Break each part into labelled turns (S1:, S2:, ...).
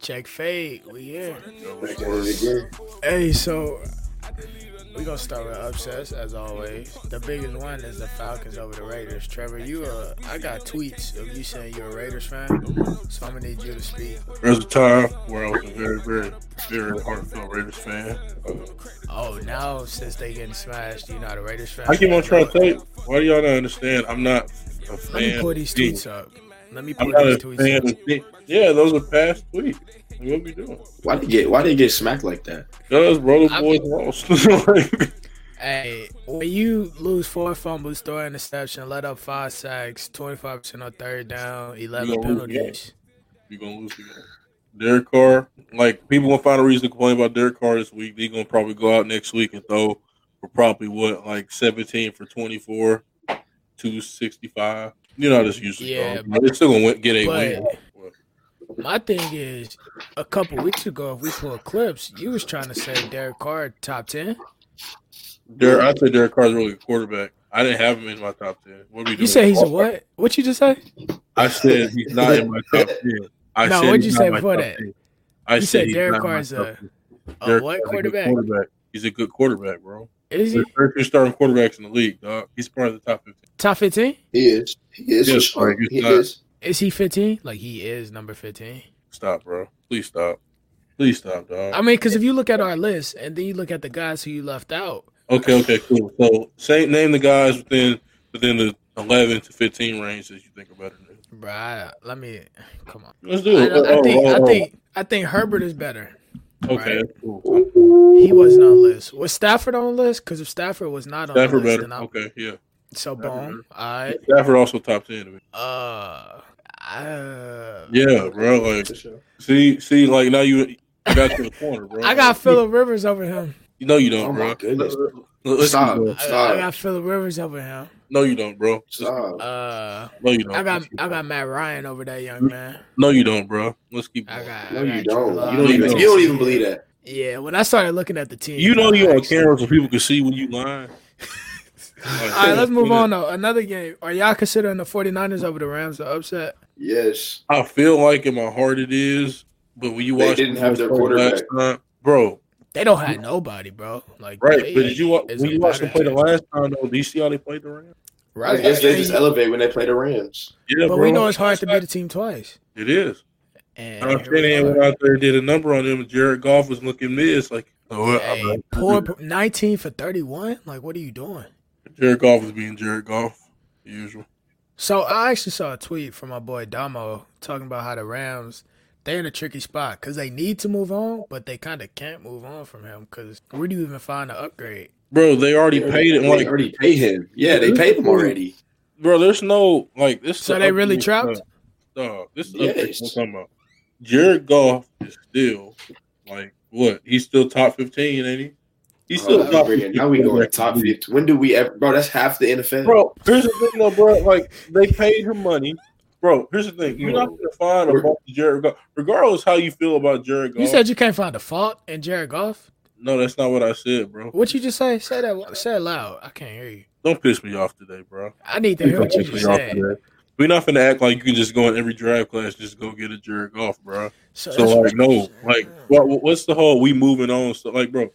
S1: Check fade. We in.
S2: Back at it again.
S1: Hey, so we gonna start with upsets as always. The biggest one is the Falcons over the Raiders. Trevor, you uh, I got tweets of you saying you're a Raiders fan, so I'm gonna need you to speak.
S3: There was a time where I was a very, very, very heartfelt Raiders fan.
S1: Oh, now since they getting smashed, you're not a Raiders fan.
S3: I keep on trying to say, why do y'all not understand? I'm not a fan.
S1: Let me pull these
S3: of the team.
S1: tweets up. Let me
S3: I'm
S1: pull
S3: not
S1: these
S3: a fan.
S1: tweets
S3: of
S1: up.
S3: the team. Yeah, those are past tweets. Like, What we doing?
S2: Why did get why did get smacked like that?
S3: Those roller
S1: I'm-
S3: boys lost. Like,
S1: Hey, when you lose four fumbles, throw an interception, let up five sacks, 25% on third down, 11
S3: You gonna lose the
S1: penalties.
S3: you're gonna lose the game. Derek Carr, like people gonna find a reason to complain about Derek Carr this week. They're gonna probably go out next week and throw for probably what, like seventeen for twenty four, two sixty five. You know how this usually
S1: Yeah,
S3: goes. They're still gonna win, get a
S1: but-
S3: win.
S1: My thing is, a couple weeks ago, if we pull clips, you was trying to say Derek Carr top 10.
S3: Derek, I said Derek Carr's a really good quarterback. I didn't have him in my top ten. What are we doing?
S1: You say he's a what? What you just say?
S3: I said he's not in my top ten. I
S1: No,
S3: said
S1: what'd you
S3: he's not
S1: say
S3: in my
S1: before
S3: top
S1: that?
S3: 10. I
S1: You said
S3: he's
S1: Derek
S3: not in my
S1: Carr's
S3: top
S1: a-
S3: 10.
S1: A
S3: Derek
S1: what
S3: Carr's a good
S1: quarterback?
S3: quarterback. He's a good quarterback, bro.
S1: Is he
S3: There's very few starting quarterbacks in the league, dog. He's part of the top fifteen.
S1: top 15?
S2: He is. He is.
S3: Yes,
S2: for sure.
S3: Frank, it's
S2: he
S3: not-
S2: is.
S1: Is he 15? Like, he is number 15.
S3: Stop, bro. Please stop. Please stop, dog.
S1: I mean, because if you look at our list and then you look at the guys who you left out,
S3: okay, okay, cool. So say name the guys within within the eleven to fifteen range that you think are better than.
S1: bruh, let me come on.
S3: Let's do
S1: I,
S3: it.
S1: I
S3: Oh,
S1: think,
S3: oh,
S1: I
S3: oh.
S1: think, I think Herbert is better.
S3: okay,
S1: right.
S3: that's cool.
S1: He wasn't on the list. Was Stafford on the list? Because if Stafford was not on
S3: Stafford
S1: the list,
S3: better.
S1: then I'm
S3: Okay, yeah.
S1: so
S3: Stafford
S1: boom. All right.
S3: Stafford also top ten. To me.
S1: Uh, uh,
S3: Yeah, bro. Like,
S2: For sure.
S3: see, see, like now you I got to the corner, bro.
S1: I got Phillip Rivers over him.
S3: You know you don't,
S2: Oh
S3: bro.
S2: my goodness.
S3: Let- let's-
S2: Stop.
S1: I, I
S2: Stop.
S1: got Phillip Rivers over him.
S3: No, you don't, bro.
S2: Stop.
S1: Uh,
S3: No, you don't.
S1: I got I got Matt Ryan over that young man.
S3: No, you don't, bro. Let's keep.
S1: I
S3: Going.
S1: got.
S2: No,
S1: I got Drew
S2: you don't.
S1: Lock.
S2: You don't even. You don't even believe that.
S1: Yeah, when I started looking at the team,
S3: You know you on
S1: All
S3: camera so people can see when you lying. All
S1: right, let's move on though. Another game. Are y'all considering the 49ers over the Rams the upset?
S2: Yes.
S3: I feel like in my heart it is, but when you
S2: They
S3: watch
S2: didn't
S3: the
S2: have their
S3: Colts
S2: quarterback.
S3: last time, bro.
S1: They don't have nobody, bro. Like
S3: Right,
S1: they
S3: but did you wa-
S1: is
S3: when
S1: a
S3: you watched them
S1: better
S3: play the
S1: team.
S3: last time? Though, do you see how they played the Rams?
S2: I
S1: Right.
S2: guess they just
S1: And-
S2: elevate when they play the Rams.
S3: Yeah,
S1: but
S3: bro.
S1: we know it's hard to beat a team twice.
S3: It is.
S1: And
S3: And I'm
S1: here
S3: saying
S1: we
S3: they
S1: are.
S3: went out there and did a number on them. Jared Goff was looking miss like. Oh, well, I'm
S1: Hey,
S3: not-
S1: poor p- 19 for 31. Like, what are you doing?
S3: Jared Goff was being Jared Goff, the usual.
S1: So I actually saw a tweet from my boy Damo talking about how the Rams they're in a tricky spot because they need to move on, but they kind of can't move on from him because where do you even find an upgrade?
S3: Bro, they already
S2: They
S3: paid it.
S2: They
S3: Like,
S2: already paid him. Yeah, they paid him already.
S3: bro, there's no like this. is
S1: So
S3: an
S1: they really
S3: upgrade,
S1: trapped?
S3: Dog, Dog, this is
S2: Yes.
S3: upgrade I'm talking about. Jared Goff is still like what? He's still top fifteen, ain't he? He's still
S2: Oh,
S3: top.
S2: brilliant.
S3: 15
S2: now we going
S3: quarterback.
S2: top fifty. When do we ever, bro? That's half the NFL.
S3: Bro, here's the thing though, bro. Like they paid him money. Bro, here's the thing. You're not gonna find a
S2: We're-
S3: bunch of Jared Goff, regardless how you feel about Jared Goff.
S1: You said you can't find a fault in Jared Goff.
S3: no, that's not what I said, bro.
S1: What you just say? Say that. Say it loud. I can't hear you.
S3: Don't piss me off today, bro.
S1: I need to hear
S3: Don't
S1: what you
S3: piss me
S1: just
S3: off
S1: said.
S3: today. We're not gonna act like you can just go in every draft class just go get a Jared Goff, bro. So
S1: that's what
S3: like,
S1: you
S3: no,
S1: said.
S3: like, what, what's the whole we moving on? So like, bro,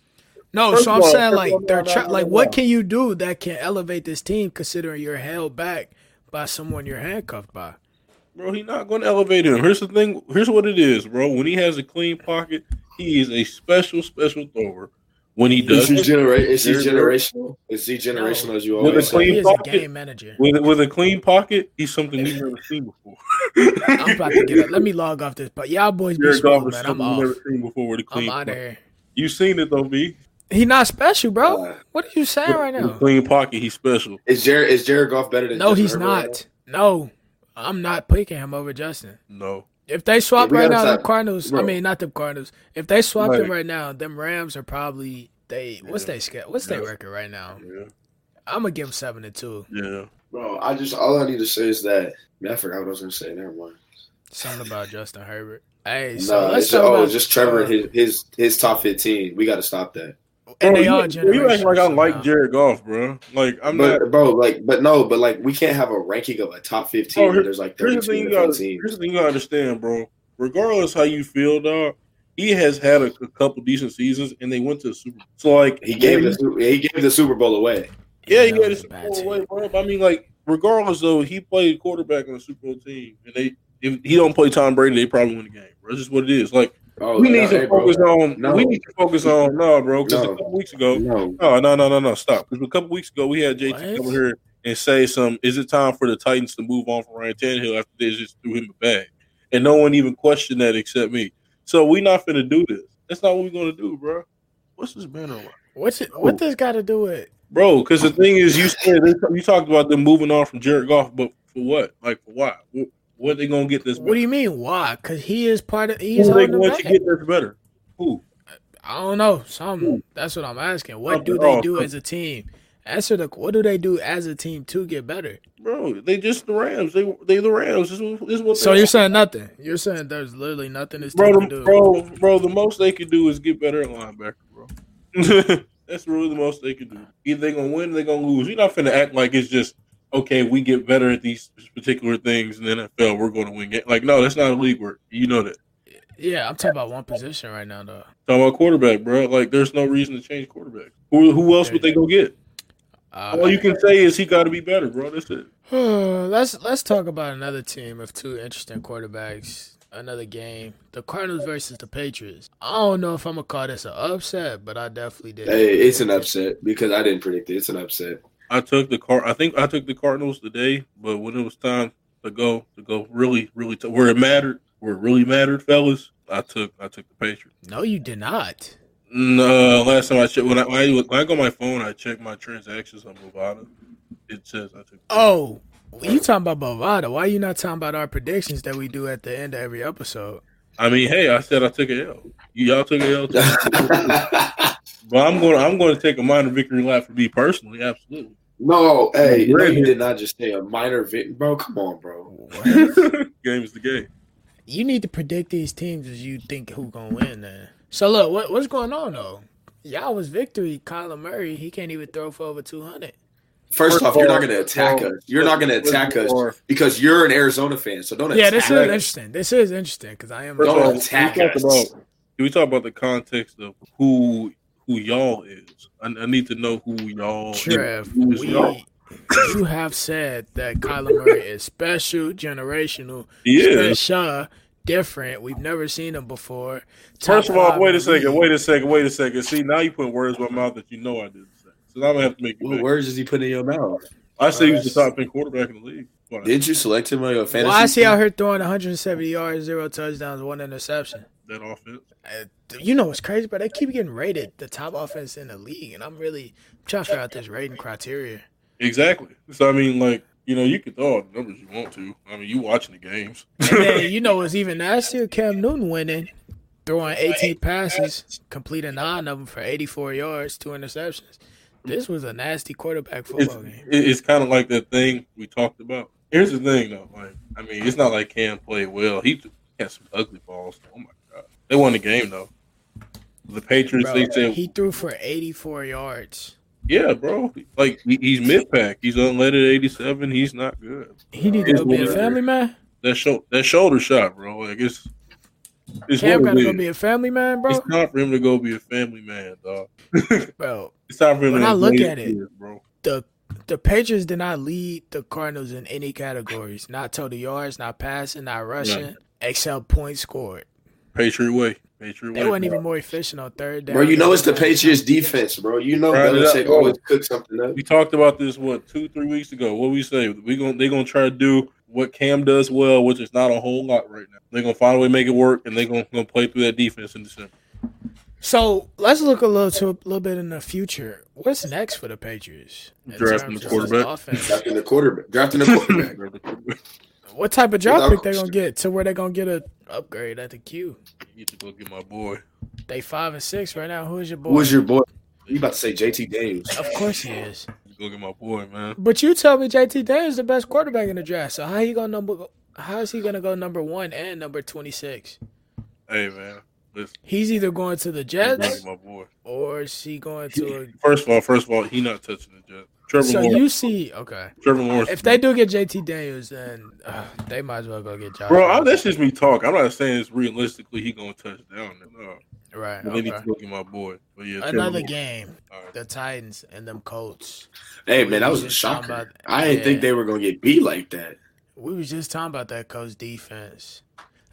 S1: no.
S3: first
S1: So
S3: of
S1: I'm
S3: all-
S1: saying
S3: first
S1: like
S3: of all,
S1: they're
S3: no, no,
S1: tra-
S3: no,
S1: like
S3: no.
S1: what can you do that can elevate this team considering you're held back by someone you're handcuffed by?
S3: Bro, he's not going to elevate him. Here's the thing. Here's what it is, bro. When he has a clean pocket, he is a special, special thrower. When he
S2: is
S3: does
S2: he
S3: it,
S2: genera- Is he
S3: Jared Goff-
S2: generational? Is he generational? As you
S3: With a
S2: always
S3: clean
S2: say.
S1: He is a
S3: pocket.
S1: game manager.
S3: with, with a clean pocket, he's something we've never seen before.
S1: I'm about to get up. Let me log off this. But y'all boys be
S3: Jared Goff
S1: spoiled,
S3: is
S1: man. I'm
S3: something
S1: off.
S3: we've never seen before with a
S1: I'm
S3: clean
S1: out of
S3: pocket.
S1: here.
S3: You've seen it though, B.
S1: He not special, bro.
S2: Uh,
S1: What are you saying right
S3: With a
S1: now?
S3: clean pocket, he's special.
S2: is Jared is Jared Goff better than?
S1: No,
S2: Justin
S1: he's
S2: Herbert?
S1: not. No, I'm not picking him over Justin.
S3: No,
S1: If they swap
S2: Yeah, we
S1: right now,
S2: gotta
S1: the
S2: stop-
S1: Cardinals. I
S2: bro.
S1: mean, not the Cardinals. If they swap
S3: Like-
S1: it right now, them Rams are probably they. What's
S3: Yeah.
S1: they sca- What's their
S3: Yeah.
S1: record right now?
S3: yeah,
S1: I'm gonna give them seven and two.
S3: yeah.
S2: Bro, I just all I need to say is that. Man, I forgot what I was gonna say. Never mind.
S1: Something about Justin Herbert. Hey, so
S2: No,
S1: let's
S2: it's
S1: talk
S2: oh,
S1: about uh,
S2: it's just Trevor and his his his top fifteen. We got to stop that.
S1: And
S3: Bro,
S1: they are
S3: you, you act
S1: generational
S3: like I
S1: somehow.
S3: like Jared Goff, bro. Like I'm not.
S2: But bro, like, but no, but like, we can't have a ranking of a top fifteen.
S3: Oh, here-
S2: where there's like
S3: Here's the
S2: thirty-two
S3: thing you
S2: different
S3: got.
S2: teams.
S3: Here's the thing you gotta understand, bro. regardless how you feel, dog, he has had a, a couple decent seasons, and they went to the Super. So like
S2: He gave the Su- he gave the Super Bowl away.
S3: yeah, he
S1: That
S3: had a
S1: was a
S3: Super
S1: bad
S3: Bowl
S1: team.
S3: away, bro. But I mean, like regardless though, he played quarterback on a Super Bowl team, and they if he don't play Tom Brady, they probably win the game. Bro, that's just what it is. Like
S2: Oh,
S3: we
S2: no,
S3: need
S2: hey,
S3: to
S2: bro.
S3: focus on.
S2: No.
S3: We need to focus on. No, bro, because
S2: No.
S3: a couple weeks ago,
S2: No,
S3: no, no, no, no, no, stop. Because a couple weeks ago, we had JT
S1: What?
S3: come here and say some. Is it time for the Titans to move on from Ryan Tannehill after they just threw him a bag, and no one even questioned that except me. So we not finna do this. That's not what we're gonna do, bro. What's this banner like?
S1: What's it, what this got to do with?
S3: Bro, because the thing is, you said you talked about them moving on from Jared Goff, but for what? Like for why? What, what they gonna get this?
S1: What do
S3: Better?
S1: you mean? Why? Because he is part of. He is
S3: Who they
S1: holding them
S3: going to
S1: back.
S3: get this better? Who?
S1: I don't know. Some. That's what I'm asking. What do
S3: Something
S1: they
S3: off.
S1: do as a team? Answer the. What do they do as a team to get better?
S3: Bro, they just the Rams. They they the Rams. This is, this is what.
S1: So
S3: they
S1: you're
S3: are.
S1: saying nothing. You're saying there's literally nothing this team
S3: bro,
S1: can
S3: the,
S1: do.
S3: bro, bro. The most they could do is get better at linebacker, bro. That's really the most they could do. Either they gonna win, or they gonna lose. You're not finna act like it's just okay. We get better at these particular things in the NFL. We're gonna win. It. Like no, that's not a league work. You know that.
S1: Yeah, I'm talking about one position right now, though.
S3: Talking about quarterback, bro. Like, there's no reason to change quarterback. Who, who else would they go get?
S1: Uh,
S3: All you can say is he got to be better, bro. That's it.
S1: let's let's talk about another team of two interesting quarterbacks. Another game, the Cardinals versus the Patriots. I don't know if I'm gonna call this an upset, but I definitely did.
S2: hey, it's an upset because I didn't predict it. It's an upset.
S3: I took the car. I think I took the Cardinals today, but when it was time to go, to go really, really to where it mattered, where it really mattered, fellas, I took I took the Patriots.
S1: No, you did not.
S3: No, last time I checked, when I when I, when I go on my phone, I check my transactions on Movada. It says I took.
S1: Oh, you talking about Bovada? Why you not talking about our predictions that we do at the end of every episode?
S3: I mean, hey, I said I took a L. Y'all took a L. Too.
S2: no,
S3: but I'm going. to I'm going to take a minor victory lap for me personally. Absolutely.
S2: hey, no,
S3: Brandon.
S2: you did not just say a minor victim, bro. Come on, bro.
S3: game is the game.
S1: you need to predict these teams as you think who gonna win. Then. So look, what, what's going on though? Y'all was victory. Kyler Murray, he can't even throw for over 200.
S2: First
S3: First
S2: off, you're
S3: of all-
S2: not going to attack us. You're not going to attack us
S3: Or-
S2: because you're an Arizona fan. So don't
S1: Yeah,
S2: attack
S1: this is
S2: us.
S1: interesting. This is interesting because I am.
S2: First Don't
S3: of all,
S2: attack
S3: we talk
S2: us.
S3: About, can we talk about the context of who who y'all is? I, I need to know who y'all. is.
S1: Trev,
S3: Who is
S1: we,
S3: y'all?
S1: you have said that Kyler Murray is special, generational,
S3: He is.
S1: special, different. We've never seen him before.
S3: First
S1: Top
S3: of all,
S1: five
S3: wait a
S1: in the
S3: second.
S1: league.
S3: Wait a second. Wait a second. See, now you put words in my mouth that you know I didn't say. So now I'm gonna have to make you.
S2: What
S3: Back.
S2: words is he putting in your mouth?
S3: I say he was the top ten quarterback in the league. Why?
S2: Did you select him on your fantasy?
S1: Why is he
S2: team?
S1: out here throwing 170 yards, zero touchdowns, one interception?
S3: That offense.
S1: Uh, You know what's crazy, but they keep getting rated the top offense in the league, and I'm really trying to figure out this rating criteria.
S3: Exactly. So I mean, like you know, you can throw all the numbers you want to. I mean, you watching the games.
S1: And then you know what's even nastier? Cam Newton winning, throwing 18 passes, completing nine of them for 84 yards, two interceptions. This was a nasty quarterback
S3: it's,
S1: football game.
S3: it- it's kind of like that thing we talked about. Here's the thing, though. Like, I mean, it's not like Cam played well. He th- had some ugly balls. Oh my god, they won the game though. The Patriots,
S1: Bro,
S3: they said,
S1: he threw for 84 yards.
S3: yeah, bro. Like he, he's mid pack. He's unleaded, eighty seven. He's not good.
S1: He need to
S3: It's
S1: go be a
S3: whatever.
S1: family man.
S3: That shoulder, that shoulder shot, bro. Like it's, it's
S1: Cam
S3: what
S1: gotta
S3: it
S1: go
S3: is.
S1: be a family man, bro.
S3: It's time for him to go be a family man, dog.
S1: Bro,
S3: It's time for him
S1: When
S3: to
S1: I look
S3: enjoy
S1: at
S3: his
S1: it-
S3: years, bro.
S1: the the Patriots did not lead the Cardinals in any categories. Not total yards, not passing, not rushing, except points scored.
S3: Patriot way, Patriot way.
S1: They weren't
S3: bro.
S1: even more efficient on third down.
S2: Bro, you know it's the Patriots defense, bro. You know
S3: Grind it up,
S2: Belichick
S3: bro.
S2: always cooks something up.
S3: We talked about this what two, three weeks ago. What we say we gonna they gonna try to do what Cam does well, which is not a whole lot right now. They're gonna find a way to make it work, and they're gonna, gonna play through that defense in December.
S1: So let's look a little to a little bit in the future. What's next for the Patriots? in terms
S3: Drafting the
S1: of just
S3: quarterback.
S1: offense?
S2: Drafting the quarterback. Drafting the quarterback.
S1: What type of draft
S2: Without
S1: pick they gonna
S2: question.
S1: get to where they gonna get a upgrade at the Q?
S3: Need to go get my boy.
S1: They five and six right now. Who is your boy?
S2: Who was your boy? You about to say JT Daniels.
S1: of course he is.
S3: Go get my boy, man.
S1: But you tell me JT Daniels the best quarterback in the draft. So how he gonna number? How is he gonna go number one and number twenty six?
S3: Hey, man. Listen,
S1: He's either going to the
S3: go
S1: Jets
S3: get my boy.
S1: or is he going to?
S3: First of all, first of all, he not touching the Jets. Trevor
S1: So
S3: Lawrence.
S1: you see, okay.
S3: Trevor Lawrence.
S1: If they do get JT Daniels, then uh, they might as well go get Josh.
S3: Bro, I,
S1: Allen.
S3: that's just me talk. I'm not saying it's realistically he gonna touch down. No,
S1: right.
S3: but they need
S1: Okay.
S3: to look at my boy. But yeah, Trevor
S1: Another
S3: Lawrence.
S1: game,
S3: All right.
S1: the Titans and them Colts.
S2: Hey
S1: We
S2: man, that
S1: was
S2: was a
S1: just talking
S2: shocker.
S1: about-
S2: I didn't
S1: yeah.
S2: think they were gonna get beat like that.
S1: We was just talking about that coach defense.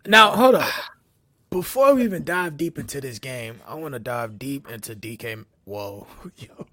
S1: Now hold up. Before we even dive deep into this game, I want to dive deep into DK. Whoa, yo,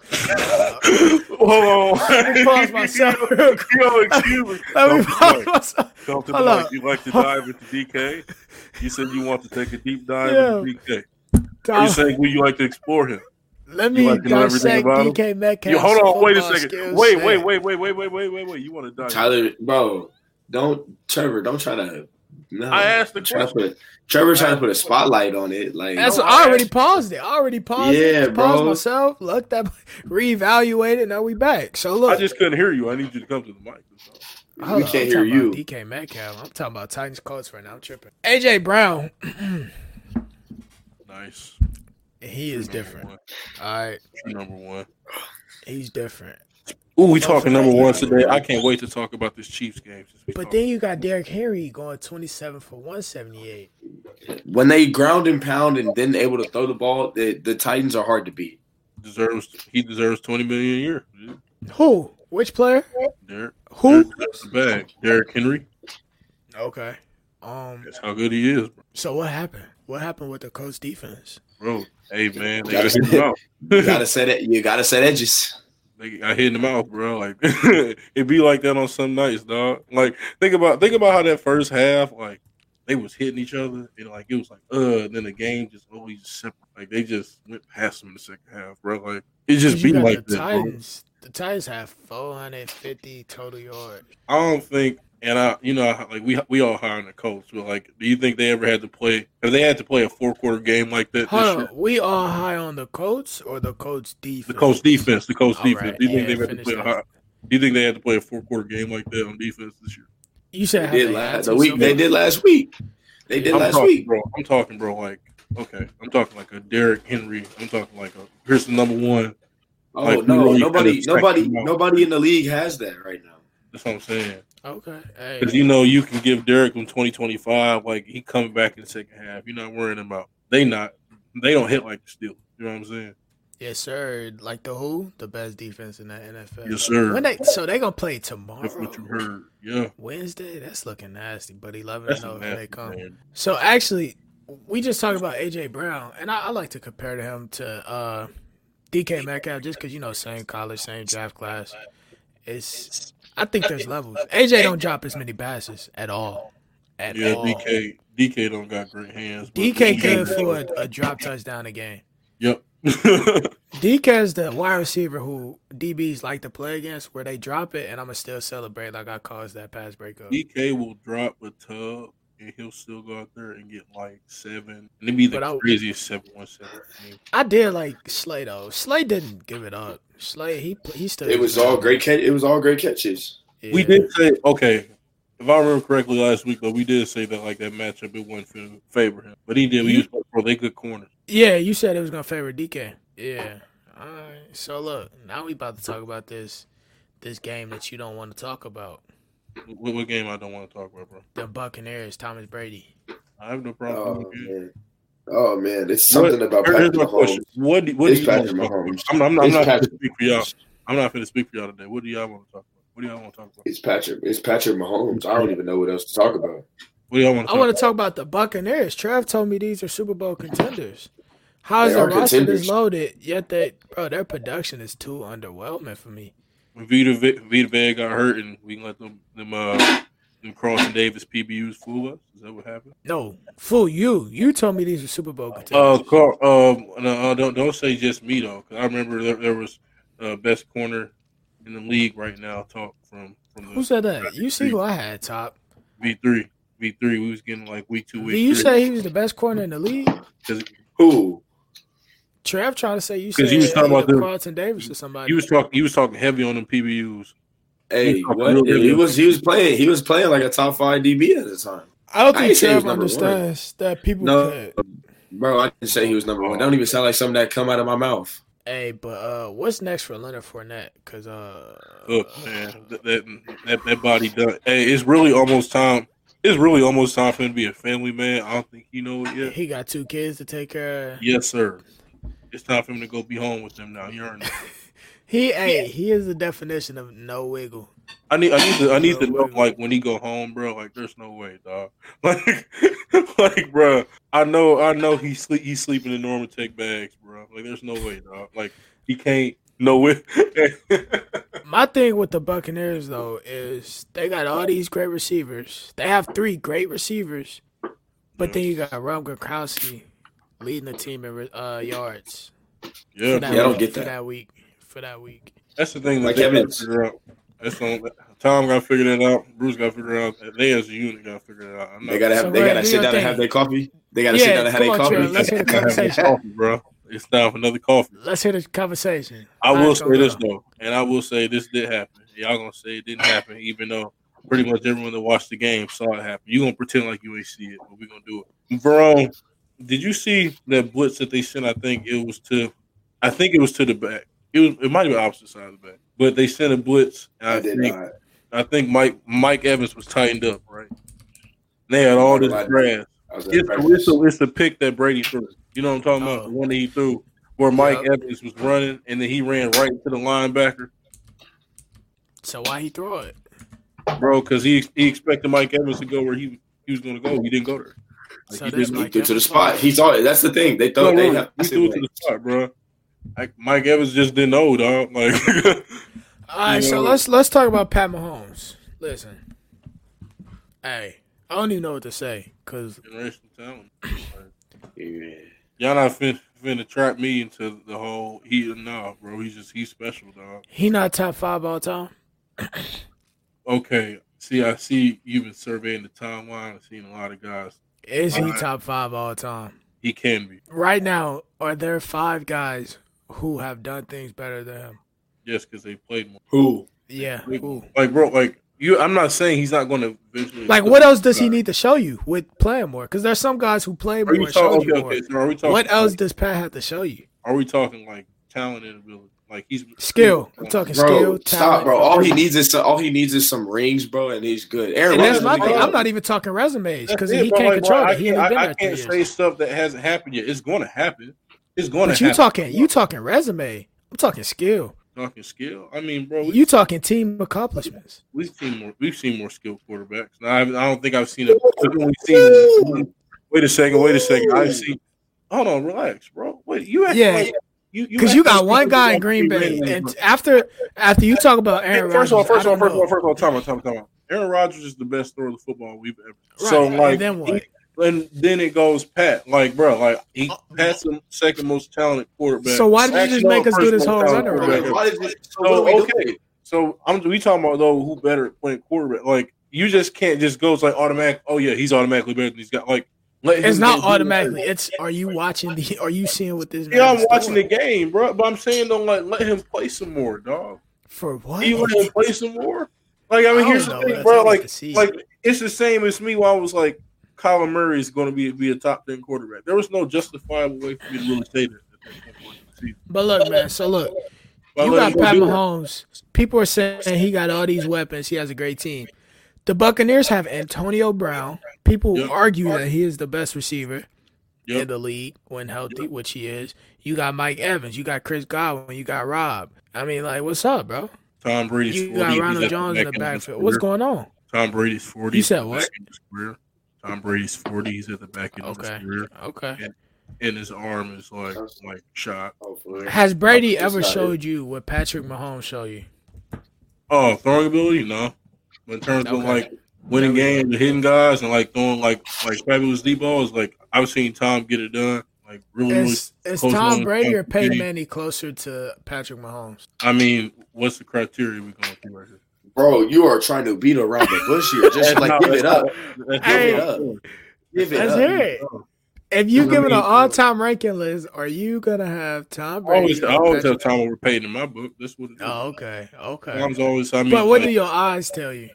S3: Whoa!
S1: let me pause myself real quick.
S3: Yo, excuse me.
S1: Let me
S3: Don't
S1: pause
S3: be like-
S1: myself.
S3: don't be
S1: Hold
S3: like
S1: up.
S3: you like to dive into DK. You said you want to take a deep dive
S1: Yeah.
S3: into DK. You
S1: Tom,
S3: saying would you like to explore him?
S1: let
S3: you
S1: me
S3: like to know everything
S1: dissect
S3: about him?
S1: DK Metcalf.
S3: You hold on, wait a second. Wait, wait, wait, wait, wait, wait, wait, wait, wait. You want to dive?
S2: Tyler, bro, don't Trevor, don't try to. No,
S3: I asked the
S2: Try to
S3: question.
S2: put- Trevor trying to put a spotlight on it. Like
S1: That's
S3: No,
S1: I
S3: I
S1: already
S3: asked-
S1: paused it. I already paused
S2: Yeah,
S1: it. Paused
S2: bro.
S1: myself. Looked at, reevaluated. Now we back. So look,
S3: I just couldn't hear you. I need you to come to the mic.
S1: Hold
S2: we
S1: on,
S2: can't
S1: I'm
S2: hear
S1: talking about
S2: you.
S1: DK Metcalf. I'm talking about Titans Colts right now. I'm tripping. AJ Brown,
S3: Nice.
S1: he is
S3: Number
S1: different.
S3: one.
S1: All right,
S3: Number one.
S1: he's different.
S3: Ooh, we
S1: Don't
S3: talking
S1: forget
S3: number
S1: you.
S3: one today. I can't wait to talk about this Chiefs game. since we
S1: But
S3: talking.
S1: then you got Derrick Henry going 27 for 178.
S2: when they ground and pound and then able to throw the ball, the, the Titans are hard to beat.
S3: deserves he deserves twenty million a year.
S1: Who? Which player?
S3: Derek,
S1: Who?
S3: That's bad. Derrick Henry.
S1: Okay. Um.
S3: That's how good he is, bro.
S1: So what happened? What happened with the Colts defense?
S3: Bro, Hey man, they got hit in the mouth.
S2: You gotta set it. You gotta set edges.
S3: They got hit in the mouth, bro. Like it be like that on some nights, dog. Like think about think about how that first half, like they was hitting each other and like it was like uh, and then the game just always separate. Like they just went past them in the second half, bro. Like it just
S1: 'Cause you
S3: be
S1: got
S3: like
S1: the
S3: that. bro.
S1: Titans. The Titans have 450 total yards.
S3: I don't think, and I, you know, like we we all high on the Colts, but like, do you think they ever had to play? Have they had to play a four quarter game like that this
S1: Hold
S3: year?
S1: on. We are high on the Colts or the Colts defense.
S3: The Colts defense, the Colts
S1: All
S3: defense.
S1: right,
S3: do you think
S1: yeah,
S3: they had to
S1: finish
S3: play a
S1: that.
S3: high? Do you think they had to play a four quarter game like that on defense this year?
S1: You
S2: They
S1: said have
S2: did
S1: had
S2: last
S1: to
S2: the week.
S1: so
S2: They
S1: far?
S2: did last week. They did
S3: I'm
S2: last
S3: talking,
S2: week.
S3: bro. I'm talking, bro. Like, okay, I'm talking like a Derrick Henry. I'm talking like a here's the number one.
S2: Oh
S3: Like,
S2: no!
S3: we really
S2: nobody,
S3: kinda checked
S2: nobody,
S3: them out.
S2: nobody in the league has that right now.
S3: That's what I'm saying.
S1: Okay. Hey.
S3: Because you know you can give Derek from 2025, like he coming back in the second half. You're not worrying about they not they don't hit like the Steelers. You know what I'm saying?
S1: Yes, sir. Like the who? The best defense in the NFL.
S3: Yes, sir.
S1: When they so they gonna play tomorrow.
S3: That's what you heard. Yeah.
S1: Wednesday? That's looking nasty, but eleven and
S3: That's
S1: zero
S3: a
S1: when they
S3: nasty
S1: come.
S3: man.
S1: So actually, we just talked about AJ Brown, and I, I like to compare to him to uh, DK Metcalf, just because you know same college, same draft class. It's I think there's levels. AJ don't drop as many passes at all, at
S3: Yeah,
S1: all.
S3: DK DK don't got great hands. but-
S1: DK could afford a drop touchdown a game.
S3: Yep.
S1: DK is the wide receiver who DBs like to play against, where they drop it, and I'ma still celebrate like I caused that pass breakup.
S3: DK will drop a tub and he'll still go out there and get like seven. And it'd be the
S1: But I-
S3: craziest seven one seven. I mean,
S1: I did like Slay though. Slay didn't give it up. Slay he he still.
S2: It was all great. Catch, it was all great catches.
S1: Yeah.
S3: We did say okay. If I remember correctly last week, though, we did say that like that matchup it wouldn't fa- favor him, but he did. We
S1: You-
S3: used bro, they good corners.
S1: Yeah, you said it was gonna favor DK. Yeah. All right. So look, now we about to talk about this this game that you don't want to talk about.
S3: What, what game I don't want to talk about, bro?
S1: The Buccaneers, Thomas Brady.
S3: I have no problem.
S2: Oh
S3: with it.
S2: man! Oh man! It's something
S3: Mm-hmm. What-
S2: about
S3: here- here's
S2: Patrick
S3: my
S2: Mahomes.
S3: question. What do, what do
S2: It's
S3: you want to
S2: Patrick
S3: talk about?
S2: Mahomes.
S3: I'm, I'm, I'm
S2: It's
S3: not going to
S2: Patrick
S3: speak for y'all. I'm not going to speak for y'all today. What do y'all want to talk about? What do y'all want to talk about?
S2: It's Patrick. It's Patrick Mahomes. I don't even know what else to talk about.
S3: What do y'all want to
S1: I
S3: talk
S1: want
S3: about?
S1: to talk about the Buccaneers. Trev told me these are Super Bowl contenders. How is the
S2: They are
S1: roster this
S2: contenders.
S1: loaded? Yet they, bro, their production is too underwhelming for me.
S3: Vita Ve- Vita Vea got hurt, and we can let them them uh them Cross and Davis PBUs fool us. Is that what happened?
S1: No, fool you. You told me these were Super Bowl contenders.
S3: Uh, Carl, um, no, uh, don't don't say just me though, 'cause I remember there, there was uh, best corner in the league right now. Talk from from
S1: Who
S3: the
S1: said that? You see who I had top.
S3: V three, V three. We was getting like week two,
S1: Do
S3: week
S1: you
S3: three.
S1: say he was the best corner in the league?
S2: Who?
S1: Trev trying to say you said
S3: 'Cause you was talking about
S1: either
S3: the-
S1: Carlton Davis or somebody.
S3: you was talking, you was talking heavy on them PBUs.
S2: Hey,
S3: He's not
S2: what?
S3: really-
S2: He was he was playing. He was playing like a top five DB at the time.
S1: I don't
S2: I
S1: think
S2: ain't say he was
S1: Trev
S2: number one.
S1: understands that people
S2: No.
S1: could.
S2: Bro, I didn't say he was number one. That don't even sound like something that come out of my mouth.
S1: Hey, but uh, what's next for Leonard Fournette? Cause uh,
S3: Look, Oh, man, that that, that, that body done. Hey, it's really almost time. It's really almost time for him to be a family man. I don't think he know it yet.
S1: he got two kids to take care. of.
S3: Yes, sir. It's time for him to go be home with them now. You earned it.
S1: He hey, he is the definition of no wiggle.
S3: I need, I need to, I need to know, like, when he go home, bro. Like, there's no way, dog. Like, like, bro. I know, I know. He sleep, he's sleeping in Norma Tech bags, bro. Like, there's no way, dog. Like, he can't. No way.
S1: My thing with the Buccaneers though is they got all these great receivers. They have three great receivers, but then you
S3: Mm-hmm.
S1: got Rob Gronkowski leading the team in uh, yards.
S3: yeah,
S1: that
S2: I don't
S1: week-
S2: get
S1: for
S2: that.
S1: that week. For that week,
S3: That's the thing that
S2: Like
S3: they gotta
S2: Evans.
S3: figure out. That's the only, Tom got to figure that out. Bruce got to figure it out. They as a unit got to figure it out. I'm
S2: They gotta have.
S1: So,
S2: they
S1: Ray,
S2: gotta
S1: do
S2: sit
S1: your
S2: down and
S1: thing.
S2: have their coffee. They gotta sit
S1: Yeah,
S2: down and have
S1: come
S2: their
S1: on,
S2: coffee.
S1: Trent, let's hear the conversation.
S3: coffee, bro. It's time for another coffee.
S1: let's hear the conversation.
S3: I
S1: How
S3: will
S1: it's
S3: say
S1: gonna
S3: this
S1: go.
S3: though, and I will say this did happen. Y'all gonna say it didn't happen, even though pretty much everyone that watched the game saw it happen. You gonna pretend like you ain't see it, but we gonna do it. Verone, did you see that blitz that they sent? I think it was to, I think it was to the back. It was it might have been opposite side of the back, but they sent a blitz. And I,
S2: I did
S3: think
S2: not.
S3: I think Mike Mike Evans was tightened up, right? They had all this
S2: Right. Uh-huh.
S3: grass.
S2: I was at
S3: It's,
S2: practice.
S3: it's, a, it's a pick that Brady threw. You know what I'm talking about?
S1: Oh.
S3: The one that he threw where Mike
S1: Yeah.
S3: Evans was running and then he ran right to the linebacker,
S1: So why he throw it?
S3: bro, because he, he expected Mike Evans to go where he, he was going to go. He didn't go there. Like,
S1: So
S3: he
S1: that's
S3: didn't
S2: He
S1: Mike
S2: threw to the
S1: Evans.
S2: spot. He thought that's the thing. They
S3: No,
S2: thought they
S3: bro,
S2: have.
S3: he threw it to the spot, bro. Like Mike Evans just didn't know, dog. Like,
S1: All right,
S3: Yeah.
S1: so let's let's talk about Pat Mahomes. Listen, hey, I don't even know what to say because
S3: generational talent.
S2: Yeah.
S3: Y'all not fin- finna trap me into the whole he nah, bro. He's just he's special, dog.
S1: he not top five all time.
S3: Okay, see, I see you've been surveying the timeline. I've seen a lot of guys.
S1: Is he
S3: Alright.
S1: top five all time?
S3: He can be.
S1: Right now, are there five guys who have done things better than him?
S3: Yes, because they played more.
S2: Who?
S1: Yeah.
S3: Like,
S1: who?
S3: like, bro, like you. I'm not saying he's not going to eventually.
S1: Like, what else does he need to show you with playing more? Because there's some guys who play
S3: Are
S1: more
S3: you
S1: and show
S3: talking?
S1: you
S3: Okay,
S1: more.
S3: okay. So are we talking?
S1: What else does Pat have to show you?
S3: Are we talking like talent and ability? Like he's
S1: Skill. I'm talking skill.
S2: Bro,
S1: Talent.
S2: stop, bro. All he needs is some, all he needs is some rings, bro, and he's good. Aaron
S1: And that's
S2: Rodgers.
S1: my
S2: doesn't
S1: thing.
S2: got
S1: I'm
S2: it.
S1: not even talking resumes
S3: That's
S1: because
S3: it,
S1: he
S3: bro.
S1: can't
S3: Like,
S1: control
S3: bro, I
S1: it. He ain't
S3: can't-
S1: been
S3: I,
S1: there
S3: I
S1: three
S3: can't
S1: years.
S3: say stuff that hasn't happened yet. It's going to happen. It's going
S1: But
S3: to
S1: you
S3: happen.
S1: talking, you talking resume. I'm talking skill.
S3: talking skill. I mean, bro, we,
S1: You talking team accomplishments.
S3: we've seen more. We've seen more skilled quarterbacks. Now, I, I don't think I've seen a. I've only seen. Wait a second. Wait a second. I've seen. Hold on, relax, bro. Wait, you act
S1: Yeah.
S3: like- you
S1: Because
S3: act
S1: you
S3: like
S1: got one guy in
S3: got
S1: Green
S3: three
S1: Bay,
S3: rings,
S1: and
S3: bro.
S1: after after you talk about
S3: Hey,
S1: Aaron
S3: first of all,
S1: Rodgers,
S3: first
S1: I
S3: of all,
S1: don't
S3: first of all,
S1: know.
S3: first of all, time out, time out, time out. Aaron Rodgers is the best thrower of the football we've ever.
S1: Right.
S3: So
S1: and
S3: like,
S1: then what?
S3: he- and then it goes Pat, like bro, like he Pat's the second most talented quarterback.
S1: So why did you
S3: Actually,
S1: just make
S3: no,
S1: us
S3: first
S1: do this
S3: most
S1: whole
S3: talented
S1: runaround?
S3: quarterback
S2: Bro,
S3: ever.
S2: why is it- so what
S3: So
S2: are we doing?
S3: okay, so I'm we talking about though who better at playing quarterback? Like you just can't just go it's like automatic. Oh yeah, he's automatically better than he's got. Like let him
S1: It's not
S3: go do
S1: automatically.
S3: it.
S1: It's are you watching the? Are you seeing what this?
S3: Yeah,
S1: man
S3: I'm
S1: is
S3: watching the
S1: doing?
S3: game, bro. But I'm saying don't like let him play some more, dog.
S1: for what?
S3: You let him play some more. Like I mean,
S1: don't
S3: here's
S1: know
S3: the
S1: what
S3: thing,
S1: I
S3: bro.
S1: think
S3: Like
S1: to see.
S3: like it's the same as me. While I was like, Kyler Murray is going to be be a top ten quarterback. There was no justifiable way for me to really say that. at that point in the season.
S1: But look, man. So look,
S3: But I
S1: you
S3: let
S1: got
S3: him go
S1: Pat
S3: do it.
S1: Mahomes. People are saying he got all these weapons. He has a great team. The Buccaneers have Antonio Brown. People
S3: Yep.
S1: argue that he is the best receiver
S3: Yep.
S1: in the league when healthy, which he is. You got Mike Evans. You got Chris Godwin. You got Rob. I mean, like, what's up, bro?
S3: Tom Brady's
S1: You
S3: 40.
S1: got
S3: He's at
S1: Ronald
S3: the
S1: Jones
S3: back
S1: in
S3: end
S1: the
S3: of his
S1: backfield. What's
S3: career.
S1: going on?
S3: Tom Brady's 40.
S1: You said
S3: He's at the
S1: what?
S3: back end of his career. Tom Brady's 40. He's at the back end of
S1: Okay.
S3: his career,
S1: Okay.
S3: and his arm is like like shot.
S2: Hopefully.
S1: Has Brady ever
S2: Decided.
S1: showed you what Patrick Mahomes showed you?
S3: Oh, throwing ability, no. But in terms of
S1: Okay.
S3: like winning
S1: There
S3: games, hitting guys, and like throwing like like fabulous deep balls, like I've seen Tom get it done. Like really, really.
S1: Is is
S3: Close
S1: Tom
S3: one.
S1: Brady or Peyton
S3: Brady.
S1: Manning closer to Patrick Mahomes?
S3: I mean, what's the criteria we're going through right here?
S2: Bro, you are trying to beat around the bush here. Just like give it up.
S3: That's
S1: Hey,
S3: not-
S2: Give it
S1: Let's
S2: up.
S1: hear it. If you
S3: I
S1: give it an
S3: mean-
S1: all-time ranking list, are you gonna have Tom
S3: I always,
S1: Brady?
S3: I
S1: or
S3: always have
S1: Patrick-
S3: Tom over Peyton in my book. That's what. It is.
S1: Oh, okay, okay.
S3: Tom's always. I mean,
S1: But what do
S3: like,
S1: your eyes tell you?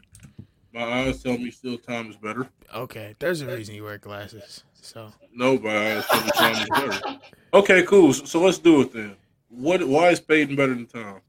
S3: my eyes tell me still Tom is better.
S1: Okay, there's a reason you wear glasses. So
S3: No, my eyes tell me Tom is better. Okay, cool. So, so let's do it then. What? Why is Peyton better than Tom?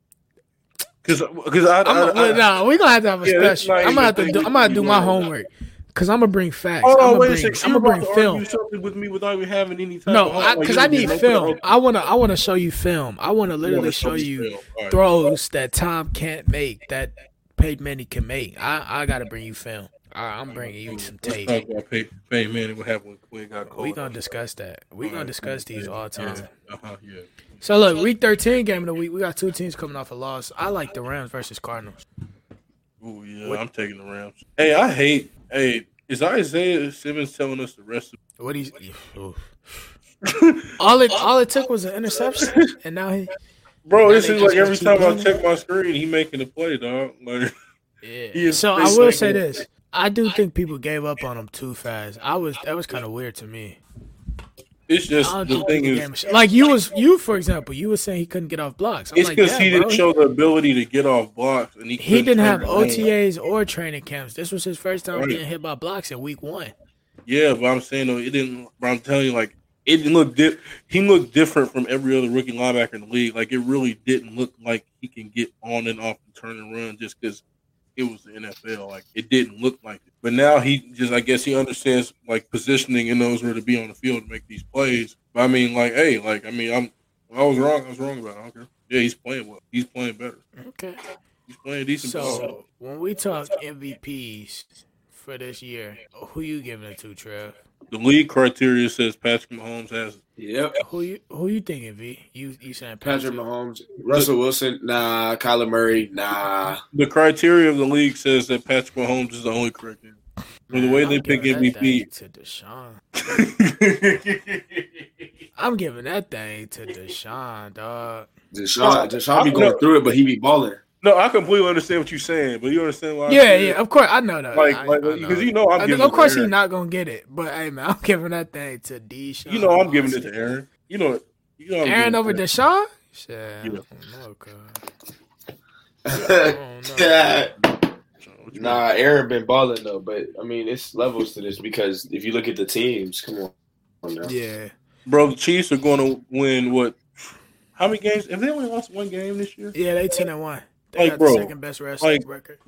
S3: Because because I,
S1: I'm
S3: I,
S1: a- well,
S3: I,
S1: nah, we gonna have to have a
S3: Yeah, that's
S1: special.
S3: not
S1: I'm
S3: even
S1: gonna have to
S3: thing
S1: do,
S3: we-
S1: I'm gonna
S3: we
S1: do my
S3: wanna-
S1: homework because I'm gonna bring facts.
S3: Hold
S1: I'm
S3: on,
S1: gonna
S3: wait a
S1: bring,
S3: second.
S1: I'm
S3: You're
S1: gonna
S3: about
S1: bring
S3: to
S1: film.
S3: argue something with me without even having any type
S1: No,
S3: of homework.
S1: because
S3: You
S1: I,
S3: didn't
S1: need
S3: even
S1: film.
S3: open up-
S1: I wanna I wanna show you film. I wanna
S3: you wanna
S1: literally
S3: show
S1: show
S3: me
S1: you
S3: film. All right.
S1: throws that Tom can't make that Peyton Manning can make. I I gotta bring you film. I, I'm bringing you some
S3: Let's
S1: tape.
S3: talk about Pey- Peyton Manning. What happened when Quinn got called?
S1: We gonna discuss that. We gonna discuss these all the time.
S3: Mm-hmm. Yeah. Uh-huh, yeah.
S1: So look, week 13 game of the week. We got two teams coming off a loss. I like the Rams versus Cardinals.
S3: Ooh, yeah.
S1: What-
S3: I'm taking the Rams. Hey, I hate. Hey, is Isaiah Simmons telling us the rest of?
S1: What he's all it all it took was an interception, and now he
S3: Bro,
S1: Now
S3: this
S1: they
S3: is like
S1: just
S3: every
S1: gonna
S3: time
S1: keep
S3: I
S1: doing
S3: check my screen, he making a play, dog. Like, He
S1: Yeah.
S3: is
S1: So I
S3: basically-
S1: will say this: I do think people gave up on him too fast. I was that was kind of weird to me.
S3: it's just
S1: I don't
S3: the
S1: think
S3: thing
S1: people
S3: is,
S1: gave him shit. like you was you for example, you were saying he couldn't get off blocks. I'm
S3: it's
S1: like,
S3: because
S1: yeah,
S3: he
S1: bro.
S3: didn't show the ability to get off blocks, and he
S1: He
S3: couldn't
S1: didn't have
S3: turn it on.
S1: OTAs or training camps. This was his first time
S3: Right.
S1: getting hit by blocks in week one.
S3: Yeah, but I'm saying though, it didn't. But I'm telling you, like it didn't look. Di- he looked different from every other rookie linebacker in the league. Like it really didn't look like he can get on and off and turn and run just because it was the NFL. Like it didn't look like it. But now he just, I guess, he understands like positioning and knows where to be on the field to make these plays. But I mean, like, hey, like I mean, I'm. I was wrong. I was wrong about it. I don't care. Yeah, he's playing well. He's playing better.
S1: Okay.
S3: He's playing decent. ball.
S1: So when we talk MVPs for this year, who you giving it to, Trev?
S3: the league criteria says Patrick Mahomes has
S2: Yep.
S1: Who you who you thinking, V? You you saying
S2: Patrick Mahomes, Russell Wilson, nah. Kyler Murray, nah.
S3: The criteria of the league says that Patrick Mahomes is the only correct answer. Well, the way
S1: I'm
S3: they pick
S1: giving that thing
S3: MVP.
S1: to Deshaun. I'm giving that thing to Deshaun, dog.
S2: Deshaun, Deshaun be
S3: I-
S2: going
S3: no.
S2: through it, but he be balling.
S3: no, I completely understand what you're saying, but you understand why? I
S1: Yeah,
S3: said-
S1: yeah, of course I know that.
S3: Like,
S1: I-
S3: like,
S1: I
S3: because
S1: know.
S3: you know I'm
S1: I think,
S3: giving.
S1: of course
S3: it to
S1: he's
S3: Aaron.
S1: not gonna get it, but hey man, I'm giving that thing to Deshaun.
S3: You know I'm giving it to Aaron. You know, you know. I'm
S1: Aaron
S3: giving it
S1: over
S3: to
S1: Deshaun. Shit, I
S3: Yeah.
S1: don't know, cuz. I
S2: yeah.
S1: don't know.
S3: What you mean?
S2: Nah, Aaron been balling though, but I mean it's levels to this because if you look at the teams, come on. come on now.
S1: Yeah,
S3: bro, the Chiefs are going to win what? How many games? Have they only lost one game this year?
S1: yeah, they ten and one. They
S3: Like,
S1: got
S3: bro,
S1: the second best rest
S3: like-
S1: record.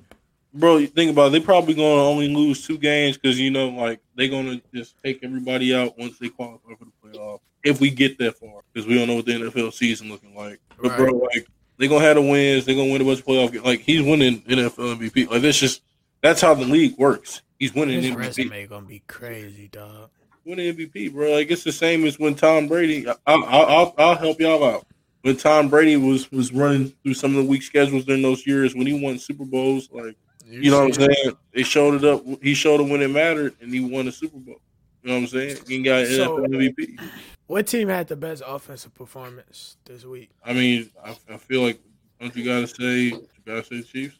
S3: Bro, you think about it. They probably going to only lose two games because you know, like they're going to just take everybody out once they qualify for the playoff. If we get that far, because we don't know what the NFL season looking like. But
S1: Right.
S3: bro, like they're gonna have the wins. They're gonna win a bunch of playoff. Games. Like he's winning NFL MVP. Like that's just that's how the league works. He's winning
S1: His
S3: MVP.
S1: resume gonna be crazy, dog.
S3: Winning MVP, bro. Like it's the same as when Tom Brady. I, I, I'll I'll help y'all out. When Tom Brady was was running through some of the weak schedules during those years when he won Super Bowls, like. You know what I'm saying? They showed it up. He showed it when it mattered, and he won the Super Bowl. You know what I'm saying? He got
S1: So-
S3: NFL MVP.
S1: What team had the best offensive performance this week?
S3: I mean, I, I feel like don't you gotta say you gotta say Chiefs?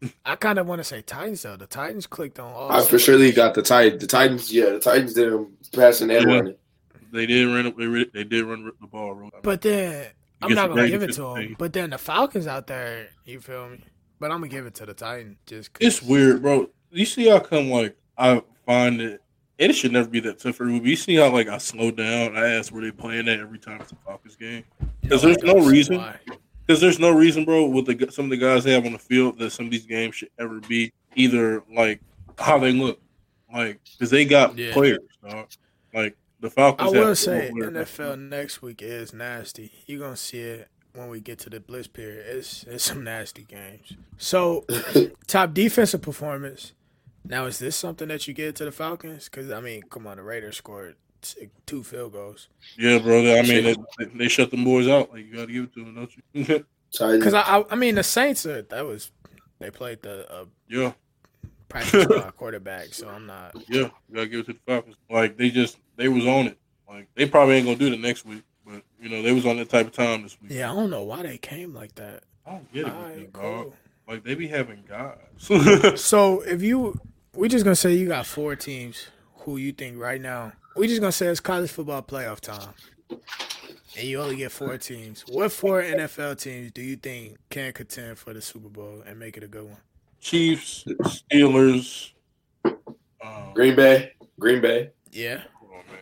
S3: Like,
S1: I kind of want to say Titans though. The Titans clicked on all.
S2: I for surely got the Titans. The Titans, yeah, the Titans did them passing and
S3: Yeah.
S2: running.
S3: they did run up. They, re- they did run the ball. Bro.
S1: But then I'm
S3: Gets
S1: not
S3: the
S1: gonna
S3: Brady
S1: give it to him.
S3: 15.
S1: But then the Falcons out there, you feel me? But I'm gonna give it to the Titan just. 'cause-
S3: it's weird, bro. You see how come like I find it. It should never be that tough for everybody. You see how like I slow down. I ask where they playing at every time it's a Falcons game.
S1: No,
S3: 'Cause there's
S1: I
S3: no
S1: don't see
S3: reason.
S1: why.
S3: Because there's no reason, bro, with the gu- some of the guys they have on the field that some of these games should ever be either like how they look, like because they got
S1: Yeah.
S3: players, dog. Like the
S1: I
S3: Falcons.
S1: will
S3: have
S1: say
S3: players.
S1: NFL next week is nasty. You're gonna see it when we get to the blitz period. It's it's some nasty games. So top defensive performance. Now is this something that you give to the Falcons? Because I mean, come on, the Raiders scored t- two field goals.
S3: Yeah, bro. they- I mean, they, they shut them boys out. Like you got to give it to them, don't you?
S1: Because
S2: Titans.
S1: I, I I mean the Saints are, that was they played the uh,
S3: yeah,
S1: practice squad quarterback. So I'm not.
S3: yeah. You got to give it to the Falcons. Like they just they was on it. Like they probably ain't gonna do it next week, but you know they was on that type of time this week.
S1: Yeah, I don't know why they came like that.
S3: I don't get it,
S1: All
S3: with
S1: right,
S3: them, dog.
S1: cool.
S3: Like they be having guys.
S1: So if you, we just gonna say you got four teams who you think right now. We just gonna say it's college football playoff time, and you only get four teams. What four NFL teams do you think can contend for the Super Bowl and make it a good one?
S3: Chiefs, Steelers. Um,
S2: Green Bay. Green Bay.
S1: Yeah,
S3: Hold on, man.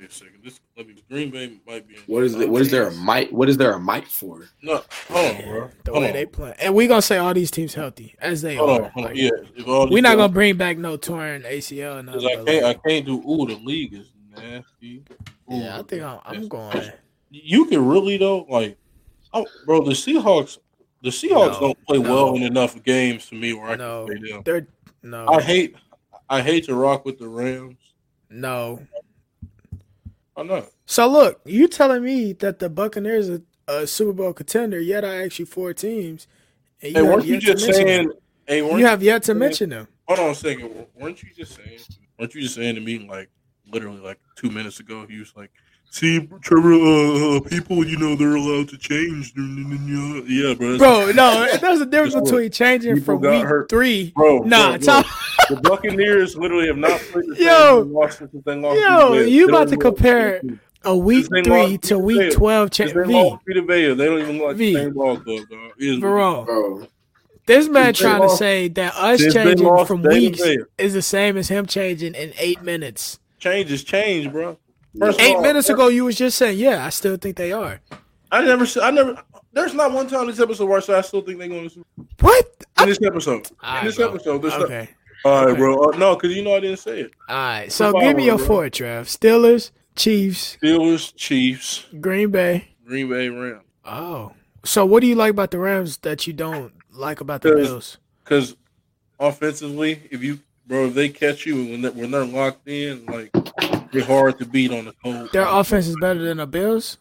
S3: Wait a second. This let me, Green Bay might be. In
S2: What is it? What is there a mic? What is there a mic for?
S3: No, hold on, bro.
S1: The
S3: Hold
S1: way
S3: on.
S1: they play, and we gonna say all these teams healthy as they
S3: Hold
S1: are.
S3: on, hold on.
S1: Like,
S3: Yeah, if all
S1: we
S3: these
S1: not
S3: guys-
S1: gonna bring back no torn ACL and
S3: 'cause
S1: nothing.
S3: I
S1: but,
S3: can't. I
S1: like,
S3: can't do. Ooh, the league is nasty. Ooh,
S1: yeah, I think I'm, I'm going.
S3: you can really though. Like, I, bro, the Seahawks. The Seahawks
S1: No,
S3: don't play
S1: no.
S3: well in enough games to me where I
S1: No,
S3: can play them.
S1: they're no,
S3: I hate. I hate to rock with the Rams.
S1: no.
S3: I know.
S1: So look, you telling me that the Buccaneers are a Super Bowl contender? Yet I asked you four teams, and
S3: Hey,
S1: have
S3: weren't you
S1: yet to
S3: just
S1: mention them.
S3: saying? Hey, weren't
S1: you have yet to
S3: saying-
S1: mention them.
S3: Hold on a second. Weren't you just saying? Weren't you just saying to me like literally like two minutes ago? He was like, "See, Trevor, uh, uh, people, you know, they're allowed to change." uh, Yeah, bro.
S1: Bro, no, there's a difference
S3: Just what?
S1: between changing
S3: People
S1: from
S3: got
S1: week
S3: hurt.
S1: three.
S3: bro.
S1: Nah,
S3: bro, bro.
S1: Tom-
S3: the Buccaneers literally have not played the same
S1: Yo.
S3: since they lost since they lost
S1: Yo,
S3: to Vegas.
S1: you
S3: They don't
S1: about to
S3: even look
S1: compare
S3: like-
S1: a week
S3: This ain't
S1: three
S3: lost
S1: to
S3: to
S1: week
S3: Vegas.
S1: twelve. Cha-
S3: This ain't
S1: V,
S3: look like Vita Vea. They don't even look like
S1: V.
S3: the same ball club, dog. It is-
S1: Verone,
S2: Bro,
S1: this man
S3: Since they
S1: trying to
S3: lost-
S1: say that us
S3: since they
S1: changing
S3: lost
S1: from
S3: Vita
S1: weeks
S3: Vea.
S1: is the same as him changing in eight minutes.
S3: Change is change, bro. First of
S1: Eight
S3: all,
S1: minutes ago, you was just saying, yeah, I still think they are.
S3: I never, s- I never. There's not one time this episode where I said I still think they're going to.
S1: What?
S3: In this episode,
S1: All
S3: in
S1: right,
S3: this
S1: bro.
S3: episode, there's not-
S1: Okay.
S3: all right,
S1: Okay.
S3: bro. Uh, no, because you know I didn't say it.
S1: All right. So
S3: Come
S1: give
S3: on,
S1: me your
S3: bro.
S1: four, Trev. Steelers, Chiefs,
S3: Steelers, Chiefs,
S1: Green Bay.
S3: Green Bay Rams.
S1: Oh. So what do you like about the Rams that you don't like about the
S3: Because-
S1: Bills?
S3: Because offensively, if you bro, if they catch you when they, when they're locked in, like they're hard to beat on the whole.
S1: Their offense is better than the Bills?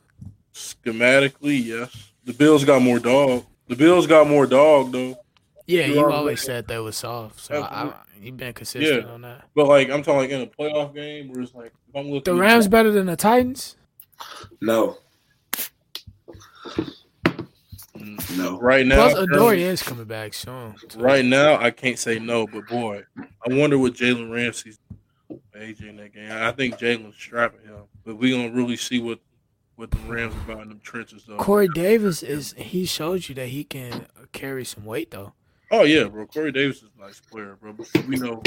S3: schematically, yes. The Bills got more dog. The Bills got more dog though.
S1: Yeah,
S3: You
S1: you
S3: are-
S1: always said they were soft. So I, I, you've been consistent
S3: Yeah.
S1: on that.
S3: But like I'm talking like in a playoff game where it's like if I'm looking
S1: The
S3: at-
S1: Rams better than the Titans?
S2: no,
S3: Mm,
S2: no.
S3: right now.
S1: Plus, Adore is coming back soon. too.
S3: Right now, I can't say no, but boy, I wonder what Jalen Ramsey's AJ in that game. I think Jalen's strapping him, but we gonna really see what what the Rams about in them trenches though.
S1: Corey Davis is, he showed you that he can carry some weight, though.
S3: Oh yeah, bro. Corey Davis is a nice player, bro. But we know,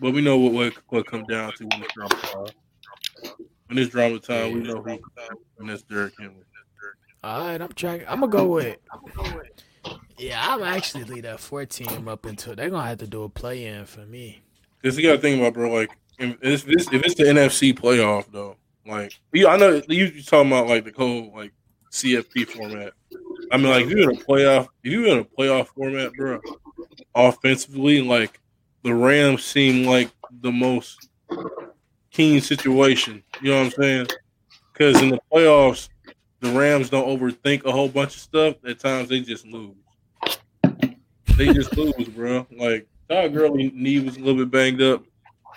S3: but we know what what, what come down to when it's drama time. When it's drama time, we know who. And that's Derrick Henry.
S1: All right, I'm tracking. I'm gonna go with. Yeah, I'm actually leave that four team up until they're gonna have to do a play in for me.
S3: Because you got to think about, bro. Like, if it's, this, if it's the NFC playoff, though, like, you, I know you you talking about like the whole like CFP format. I mean, like, if you're in a playoff, if you're in a playoff format, bro, offensively, like, the Rams seem like the most keen situation. You know what I'm saying? Because in the playoffs, the Rams don't overthink a whole bunch of stuff. At times, they just lose. They just lose, bro. Like Todd Gurley knee was a little bit banged up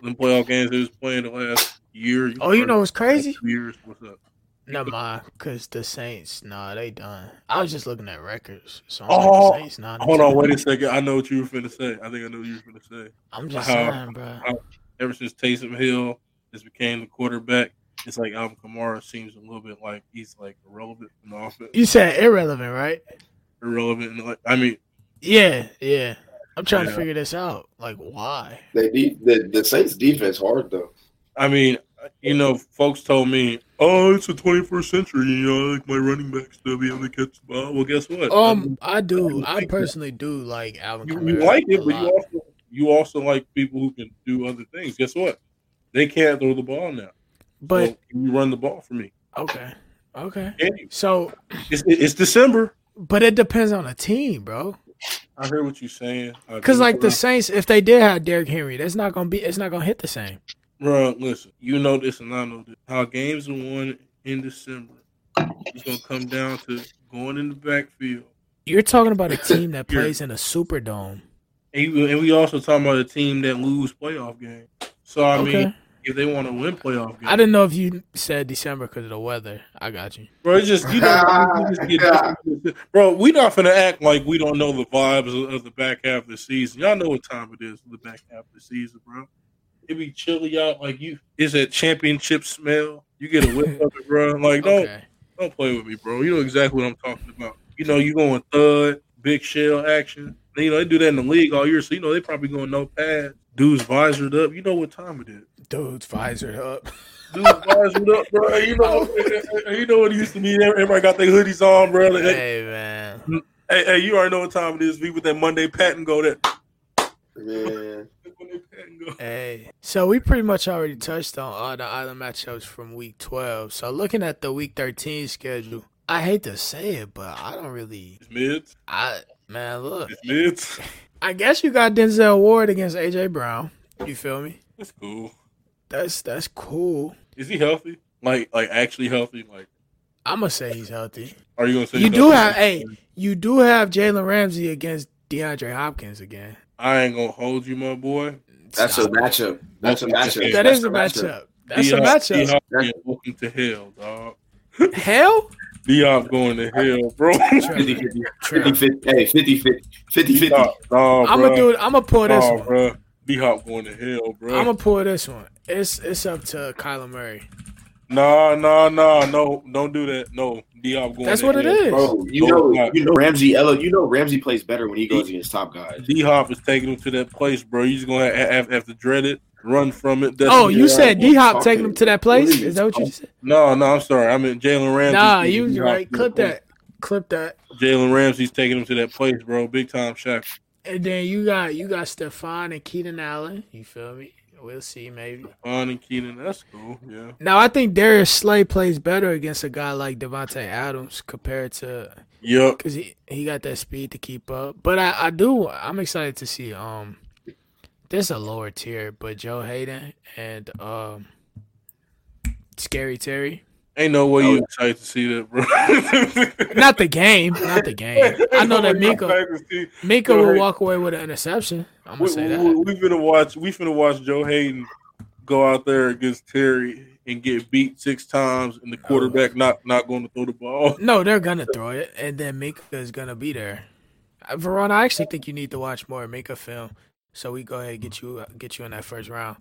S3: in the playoff games he was playing the last year.
S1: Oh, you know what's
S3: last
S1: crazy?
S3: two years. What's up?
S1: Never mind, cause the Saints, nah, they done. I was just looking at records. So I'm
S3: Oh,
S1: like, the Saints, nah, they
S3: Hold on,
S1: done.
S3: wait a second. I know what you were finna say. I think I know what you were finna say.
S1: I'm just
S3: How-
S1: saying, bro.
S3: Ever since Taysom Hill has became the quarterback, it's like Alvin Kamara seems a little bit like he's like irrelevant in the offense.
S1: You said irrelevant, right?
S3: Irrelevant, in the, like I mean,
S1: Yeah, yeah. I'm trying to
S3: Yeah.
S1: figure this out. Like, why?
S2: They de- the the Saints defense hard though.
S3: I mean, you know, folks told me, "Oh, it's the 21st century." You know, like my running backs still be able to catch the ball. Well, guess what?
S1: Um, I do.
S3: like
S1: I
S3: that.
S1: personally do like Alvin.
S3: you, you
S1: Kamara
S3: like
S1: a
S3: it, but you
S1: lot.
S3: also you also like people who can do other things. Guess what? They can't throw the ball now.
S1: But
S3: So, can you run the ball for me?
S1: okay, okay.
S3: Can you?
S1: So,
S3: It's, it's December.
S1: but it depends on the team, bro.
S3: I hear what you're saying. I
S1: Because
S3: do.
S1: like the Saints, if they did have Derrick Henry, that's not gonna be. It's not gonna hit the same.
S3: bro, listen. You know this, and I know this. How games are won in December. It's gonna come down to going in the backfield.
S1: You're talking about a team that
S3: Yeah.
S1: plays in a Superdome.
S3: And, you, and we also talking about a team that lose playoff games. So I
S1: Okay,
S3: mean, if they want to win playoff games,
S1: I didn't know if you said December because of the weather. I got you.
S3: bro, it's just you know, you just get- bro. We not finna act like we don't know the vibes of, of the back half of the season. Y'all know what time it is for the back half of the season, bro. It be chilly out, like you. It's that championship smell. You get a whiff of it, bro. Like don't
S1: Okay,
S3: don't play with me, bro. You know exactly what I'm talking about. You know you going thud, big shell action. And, you know they do that in the league all year, so you know they probably going no pad. Dudes visored up. You know what time it is.
S1: dude's visor up.
S3: Dude, bars it up, bro. You know, you know what it used to mean. Everybody got their hoodies on, bro. Like, hey,
S1: Hey man,
S3: hey, hey, you already know what time it is. We with that Monday pat and go that.
S2: Man,
S3: Monday pat and go.
S1: hey. So we pretty much already touched on all the island matchups from week twelve. So looking at the week thirteen schedule, I hate to say it, but I don't really.
S3: It's mids.
S1: I man, look.
S3: It's mids.
S1: I guess you got Denzel Ward against AJ Brown. You feel me?
S3: That's cool.
S1: That's that's cool.
S3: Is he healthy? Like, like actually healthy? Like,
S1: I'm gonna say he's healthy.
S3: are you gonna say
S1: You
S3: he's
S1: do
S3: healthy?
S1: have hey, you do have Jalen Ramsey against DeAndre Hopkins again.
S3: I ain't gonna hold you, my boy.
S2: that's a
S1: Stop.
S2: matchup. That's a matchup.
S1: that
S2: That's
S1: is a matchup. That's a
S3: Deion-
S1: matchup.
S3: Deion, yeah, welcome to hell, dog.
S1: Hell,
S3: Diop going to hell, bro.
S1: Trevor,
S2: 50-50.
S1: Trevor.
S2: 50-50. Hey, 50-50. 50-50.
S1: I'm gonna do it. I'm gonna pull this
S3: Oh,
S1: one.
S3: bro. D Hop going to hell, bro.
S1: I'm gonna pull this one. It's it's up to Kyler Murray.
S3: nah, nah, nah, no, don't do that. No, D Hop going.
S1: That's
S3: to
S1: what it
S3: hell,
S1: is.
S2: Bro, you know, you know Ramsey. Ella, you know Ramsey plays better when he goes against top guys.
S3: D Hop is taking him to that place, bro. He's gonna have, have, have to dread it, run from it. That's
S1: Oh, you
S2: Yeah,
S1: said
S2: we're
S1: D Hop
S2: talking-
S1: taking him to that place?
S2: please.
S1: Is that what you said?
S3: no, no. I'm sorry. I mean Jalen Ramsey.
S1: Nah, you was right. Clip that. Clip that.
S3: Jalen Ramsey's taking him to that place, bro. Big time Shaq.
S1: And then you got you got Stefan and Keaton Allen. You feel me? We'll see, maybe.
S3: Vaughn and Keenan. That's cool. Yeah.
S1: Now I think Darius Slay plays better against a guy like Devontae Adams compared to
S3: Yup.
S1: because he, he got that speed to keep up. But I, I do I'm excited to see um there's a lower tier, but Joe Hayden and um Scary Terry.
S3: Ain't no way
S1: Oh.
S3: you excited to see that, bro.
S1: Not the game. Not the game. I know that Mika
S3: Miko.
S1: Mika
S3: Joe
S1: will
S3: Hayden.
S1: walk away with an interception. I'm gonna
S3: We,
S1: say
S3: we,
S1: that.
S3: we finna watch. We finna watch Joe Hayden go out there against Terry and get beat six times, and the quarterback not not going to throw the ball.
S1: No, they're gonna throw it, and then Mika is gonna be there. Uh, Verona, I actually think you need to watch more Mika film, so we go ahead and get you uh, get you in that first round.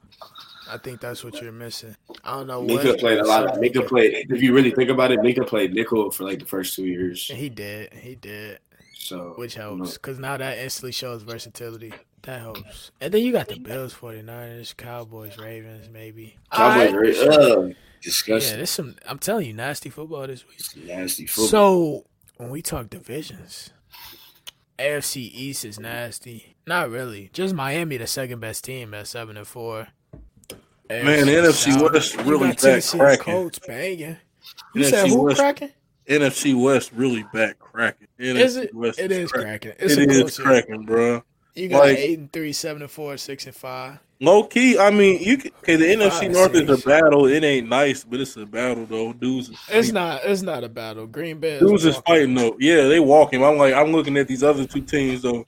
S1: I think that's what you're missing. I don't know.
S2: Mika
S1: what-
S2: played a lot. Of, Mika played. If you really think about it, Mika played nickel for like the first two years.
S1: He did. He did,
S2: So
S1: which helps because now that instantly shows versatility. That helps. And then you got the Bills, 49ers, Cowboys, Ravens, maybe.
S2: Cowboys,
S1: All
S2: right?
S1: right.
S2: Ugh,
S1: Yeah,
S2: disgusting.
S1: there's some. I'm telling you, nasty football this week.
S2: Nasty football.
S1: So when we talk divisions, AFC East is nasty. Not really. Just Miami, the second best team at seven and four.
S3: Man, NFC West
S1: You
S3: really
S1: got
S3: back
S1: Tennessee
S3: cracking.
S1: Colts banging. You said
S3: NFC
S1: who
S3: West-
S1: cracking?
S3: NFC West really back cracking. NFC
S1: Is it?
S3: West
S1: It is
S3: cracking.
S1: cracking. It's
S3: It
S1: a
S3: is
S1: close year.
S3: cracking, bro.
S1: You got
S3: Like-
S1: eight and three, seven and four, six and five.
S3: Low key, I mean, you can, okay. The NFC
S1: Five,
S3: North is
S1: six.
S3: a battle. It ain't nice, but it's a battle though. Dudes, is
S1: It's not. It's not a battle. Green Bay. is
S3: dudes is
S1: walking.
S3: fighting though. Yeah, they walking. I'm like, I'm looking at these other two teams though,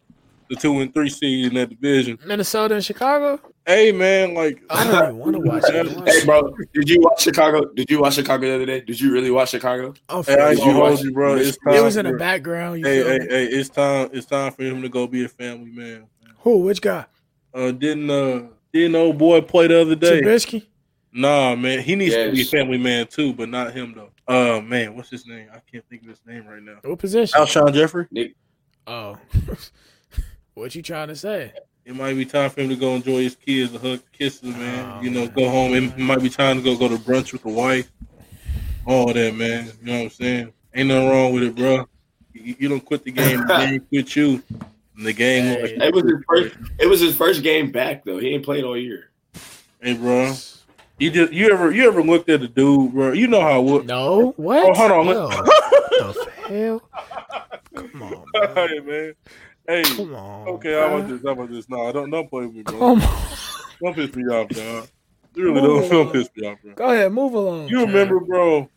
S3: the two and three seed in that division.
S1: Minnesota and Chicago.
S3: Hey man, like
S1: I don't even want to watch
S2: Hey,
S1: it.
S2: bro, did you watch Chicago? Did you watch Chicago the other day? Did you really watch Chicago?
S3: Hey, I ain't
S2: Did
S3: gonna
S2: you
S3: hold
S2: watch-
S3: you, bro. It's time.
S1: It was in the
S3: for-
S1: background. You
S3: hey,
S1: feel
S3: hey,
S1: me?
S3: hey, it's time. It's time for him to go be a family man.
S1: Who? Which guy?
S3: Uh, didn't uh, didn't old boy play the other day?
S1: Trubisky.
S3: Nah, man, he needs to be a
S2: Yes.
S3: family man too, but not him though. Uh, man, what's his name? I can't think of his name right now.
S1: What position?
S3: Alshon Jeffrey.
S1: Oh. what you trying to say?
S3: It might be time for him to go enjoy his kids, a hug, kisses, man.
S1: Oh,
S3: you know,
S1: man.
S3: go home. It might be time to go go to brunch with the wife. All that, man. You know what I'm saying? Ain't nothing wrong with it, bro. You, you don't quit the game. The game quit you. And the game.
S1: Hey.
S2: It was his first. It was his first game back though. He ain't played all year.
S3: Hey, bro. You just you ever you ever looked at a dude, bro? You know how I would.
S1: No. What?
S3: Oh, hold on.
S1: Yo,
S3: let-
S1: the hell? Come on. Bro.
S3: hey, man. Hey.
S1: Come on. Oh
S3: Okay, how about
S1: bro.
S3: this? How about this? No, don't don't play with me, bro.
S1: Come on.
S3: Don't piss me off, dog. You really
S1: Oh.
S3: don't, don't piss me off, bro.
S1: Go ahead. Move along.
S3: You
S1: Cam.
S3: remember, bro,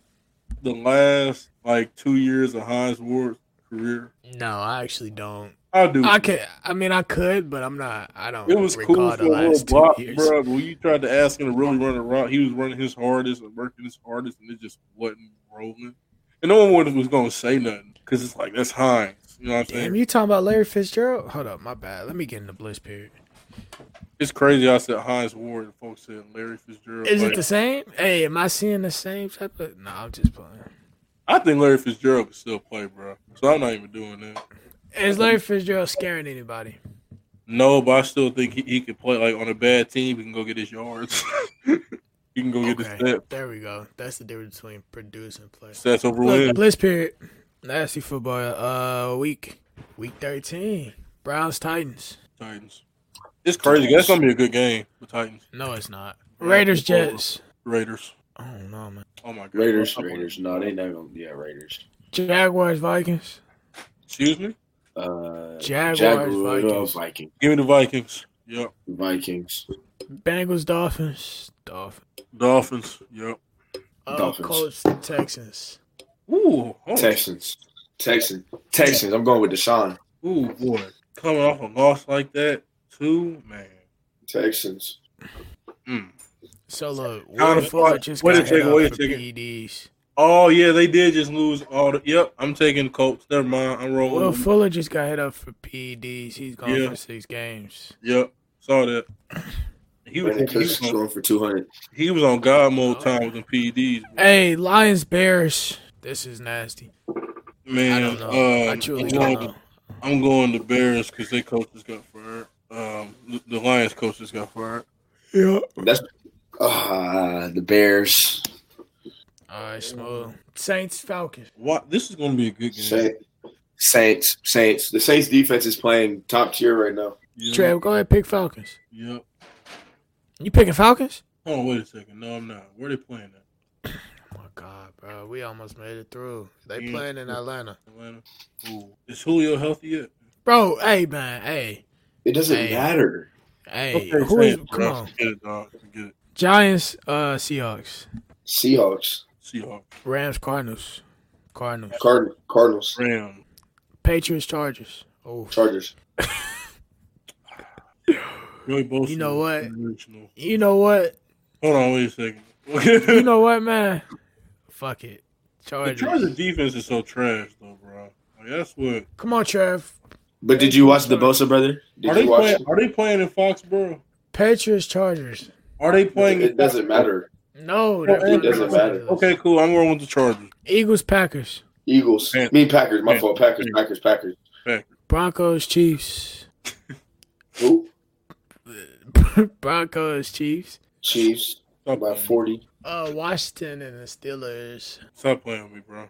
S3: the last like two years of Heinz Ward's career?
S1: No, I actually don't.
S3: I do.
S1: I could. I mean, I could, but I'm not. I don't.
S3: it was
S1: recall
S3: cool for
S1: the
S3: a little
S1: uh, last two
S3: block,
S1: years.
S3: bro. When you tried to ask him to really run around, he was running his hardest and working his hardest, and it just wasn't rolling. And no one was- was going to say nothing because it's like that's Heinz. You know what I'm saying?
S1: Damn, you talking about Larry Fitzgerald? Hold up, my bad. Let me get in the bliss period.
S3: it's crazy. I said Heinz Ward, and folks said Larry Fitzgerald.
S1: Is
S3: Like,
S1: it the same? Hey, am I seeing the same type of? No, I'm just playing.
S3: I think Larry Fitzgerald could still play, bro. So I'm not even doing that.
S1: Is Larry Fitzgerald scaring anybody?
S3: No, but I still think he, he could play like on a bad team. He can go get his yards. he You can go get
S1: Okay,
S3: the stats.
S1: There we go. That's the difference between produce and play.
S3: Stats over
S1: Look,
S3: win.
S1: Blitz period. Nasty football. Uh, week week thirteen. Browns Titans.
S3: Titans. It's crazy. That's gonna be a good game. The Titans.
S1: No, it's not. Raiders Jets.
S3: Raiders.
S1: I don't know, man.
S3: Oh my god.
S2: Raiders,
S3: I'm-
S2: Raiders. No, they not gonna. Yeah, Raiders.
S1: Jaguars Vikings.
S3: Excuse me.
S2: Uh,
S1: Jaguars, Vikings.
S2: Vikings,
S3: Give me the Vikings. Yep.
S2: Vikings.
S1: Bengals Dolphins. Dolphins.
S3: Dolphins. Yep.
S1: Uh,
S2: Dolphins.
S1: Colts Texans.
S3: Ooh. Oh,
S2: Texans, Texans, Texans. I'm going with Deshaun.
S3: Ooh boy. Coming off a loss like that, too, man.
S2: Texans.
S3: Mm.
S1: So look,
S3: Kinda
S1: Will
S3: fought.
S1: Fuller just
S3: Wait a
S1: got hit
S3: second,
S1: up
S3: wait a
S1: for E
S3: second.
S1: PEDs.
S3: Oh yeah, they did just lose all the. Yep. I'm taking Colts. Never mind. I'm rolling.
S1: Will Fuller just got hit up for PEDs. He's gone
S3: Yeah.
S1: for six games.
S3: Yep. Saw that. He was,
S2: Brandon
S3: he
S2: Cooks
S3: was,
S2: is
S3: on,
S2: going for 200.
S3: he was on God mode time with E the PEDs. bro.
S1: Hey, Lions Bears. This is nasty. I
S3: Man,
S1: don't know. I
S3: um,
S1: truly
S3: I'm,
S1: don't
S3: going,
S1: know.
S3: I'm going to Bears because their coach just got fired. Um, the, the Lions coach just got fired.
S1: Yeah.
S2: Ah, the Bears.
S1: All right, smooth. Saints Falcons.
S3: What? This is going to be a good game.
S2: Saint, Saints, Saints. The Saints defense is playing top tier right now.
S3: Yep.
S1: Trev, go ahead pick Falcons.
S3: Yep.
S1: You picking Falcons?
S3: Hold on, wait a second. No, I'm not. Where they playing at?
S1: Oh my God, bro, we almost made it through. They
S3: Mm.
S1: playing in Atlanta,
S3: Atlanta. Ooh. Is Julio healthy yet?
S1: bro. Hey man, hey,
S2: It doesn't
S1: Hey.
S2: matter.
S1: hey.
S3: Okay,
S1: Who is?
S3: Saints,
S1: Come
S3: bro.
S1: on,
S3: Forget it, dog. Forget it.
S1: Giants, uh, Seahawks,
S2: Seahawks,
S3: Seahawks.
S1: Rams, Cardinals, Cardinals,
S2: Card- Cardinals,
S3: Ram.
S1: Patriots, Chargers. Oh,
S2: Chargers.
S3: Joey Bosa
S1: You know what?
S3: is original.
S1: you know what?
S3: Hold on, wait a second.
S1: You know what, man? Fuck it,
S3: the
S1: Chargers.
S3: Chargers defense is so trash, though, bro. Like, that's what.
S1: Come on, Trev.
S2: But did you watch the Bosa brother? Did
S3: Are they
S2: you watch?
S3: playing? Are they playing in Foxborough?
S1: Patriots, Chargers.
S3: Are they playing?
S2: It doesn't matter.
S1: No,
S3: Well,
S1: they're
S3: it
S1: playing
S2: doesn't
S1: the
S2: matter.
S1: Cardinals.
S3: Okay, cool. I'm going with the Chargers.
S1: Eagles, Packers,
S2: Eagles.
S3: Man.
S2: Me Packers. My
S3: Man.
S2: fault. Packers.
S3: Man.
S2: Packers. Packers.
S1: Broncos, Chiefs,
S2: Who?
S1: Broncos, Chiefs.
S2: Chiefs
S3: Stop
S2: by
S3: playing.
S2: forty.
S1: Uh, Washington and the Steelers.
S3: Stop playing with me, bro.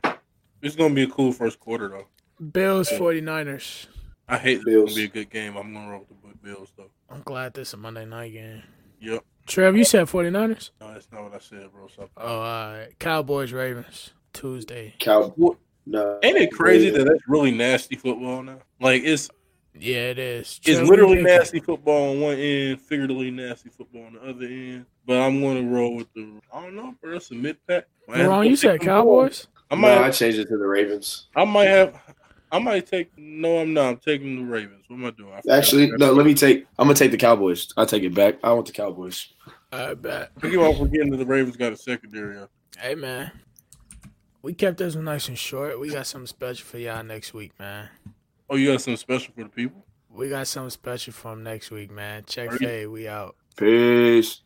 S3: It's gonna be a cool first quarter, though.
S1: Bills 49ers.
S3: I hate this. It's
S2: Bills.
S3: gonna be a good game. I'm gonna roll with the Bills, though.
S1: I'm glad this is a Monday night game.
S3: Yep.
S1: Trev, you said 49ers?
S3: No, that's not what I said, bro. Stop.
S1: Oh, all right. Cowboys Ravens Tuesday.
S2: Cow.
S3: What?
S2: No.
S3: Ain't it crazy
S2: Yeah.
S3: that that's really nasty football now? Like it's
S1: Yeah, it is.
S3: it's
S1: Trev,
S3: literally
S1: who you picking?
S3: nasty football on one end, figuratively nasty football on the other end. But I'm gonna roll with the. I don't know, bro. That's a mid pack.
S1: Ron, you said Cowboys?
S3: I
S2: No,
S3: might.
S2: I changed it to the Ravens.
S3: I might have. I might take. No, I'm not. I'm taking the Ravens. What am I doing? I forgot.
S2: Actually, no. Let me take. I'm gonna take the Cowboys. I take it back. I want the Cowboys.
S1: I bet.
S3: I keep on forgetting that the Ravens got a secondary. up.
S1: Hey, man. We kept this one nice and short. We got something special for y'all next week, man.
S3: Oh, you got something special for the people?
S1: We got something special from next week, man. Check
S3: Are you-
S1: fade. We out.
S2: Peace.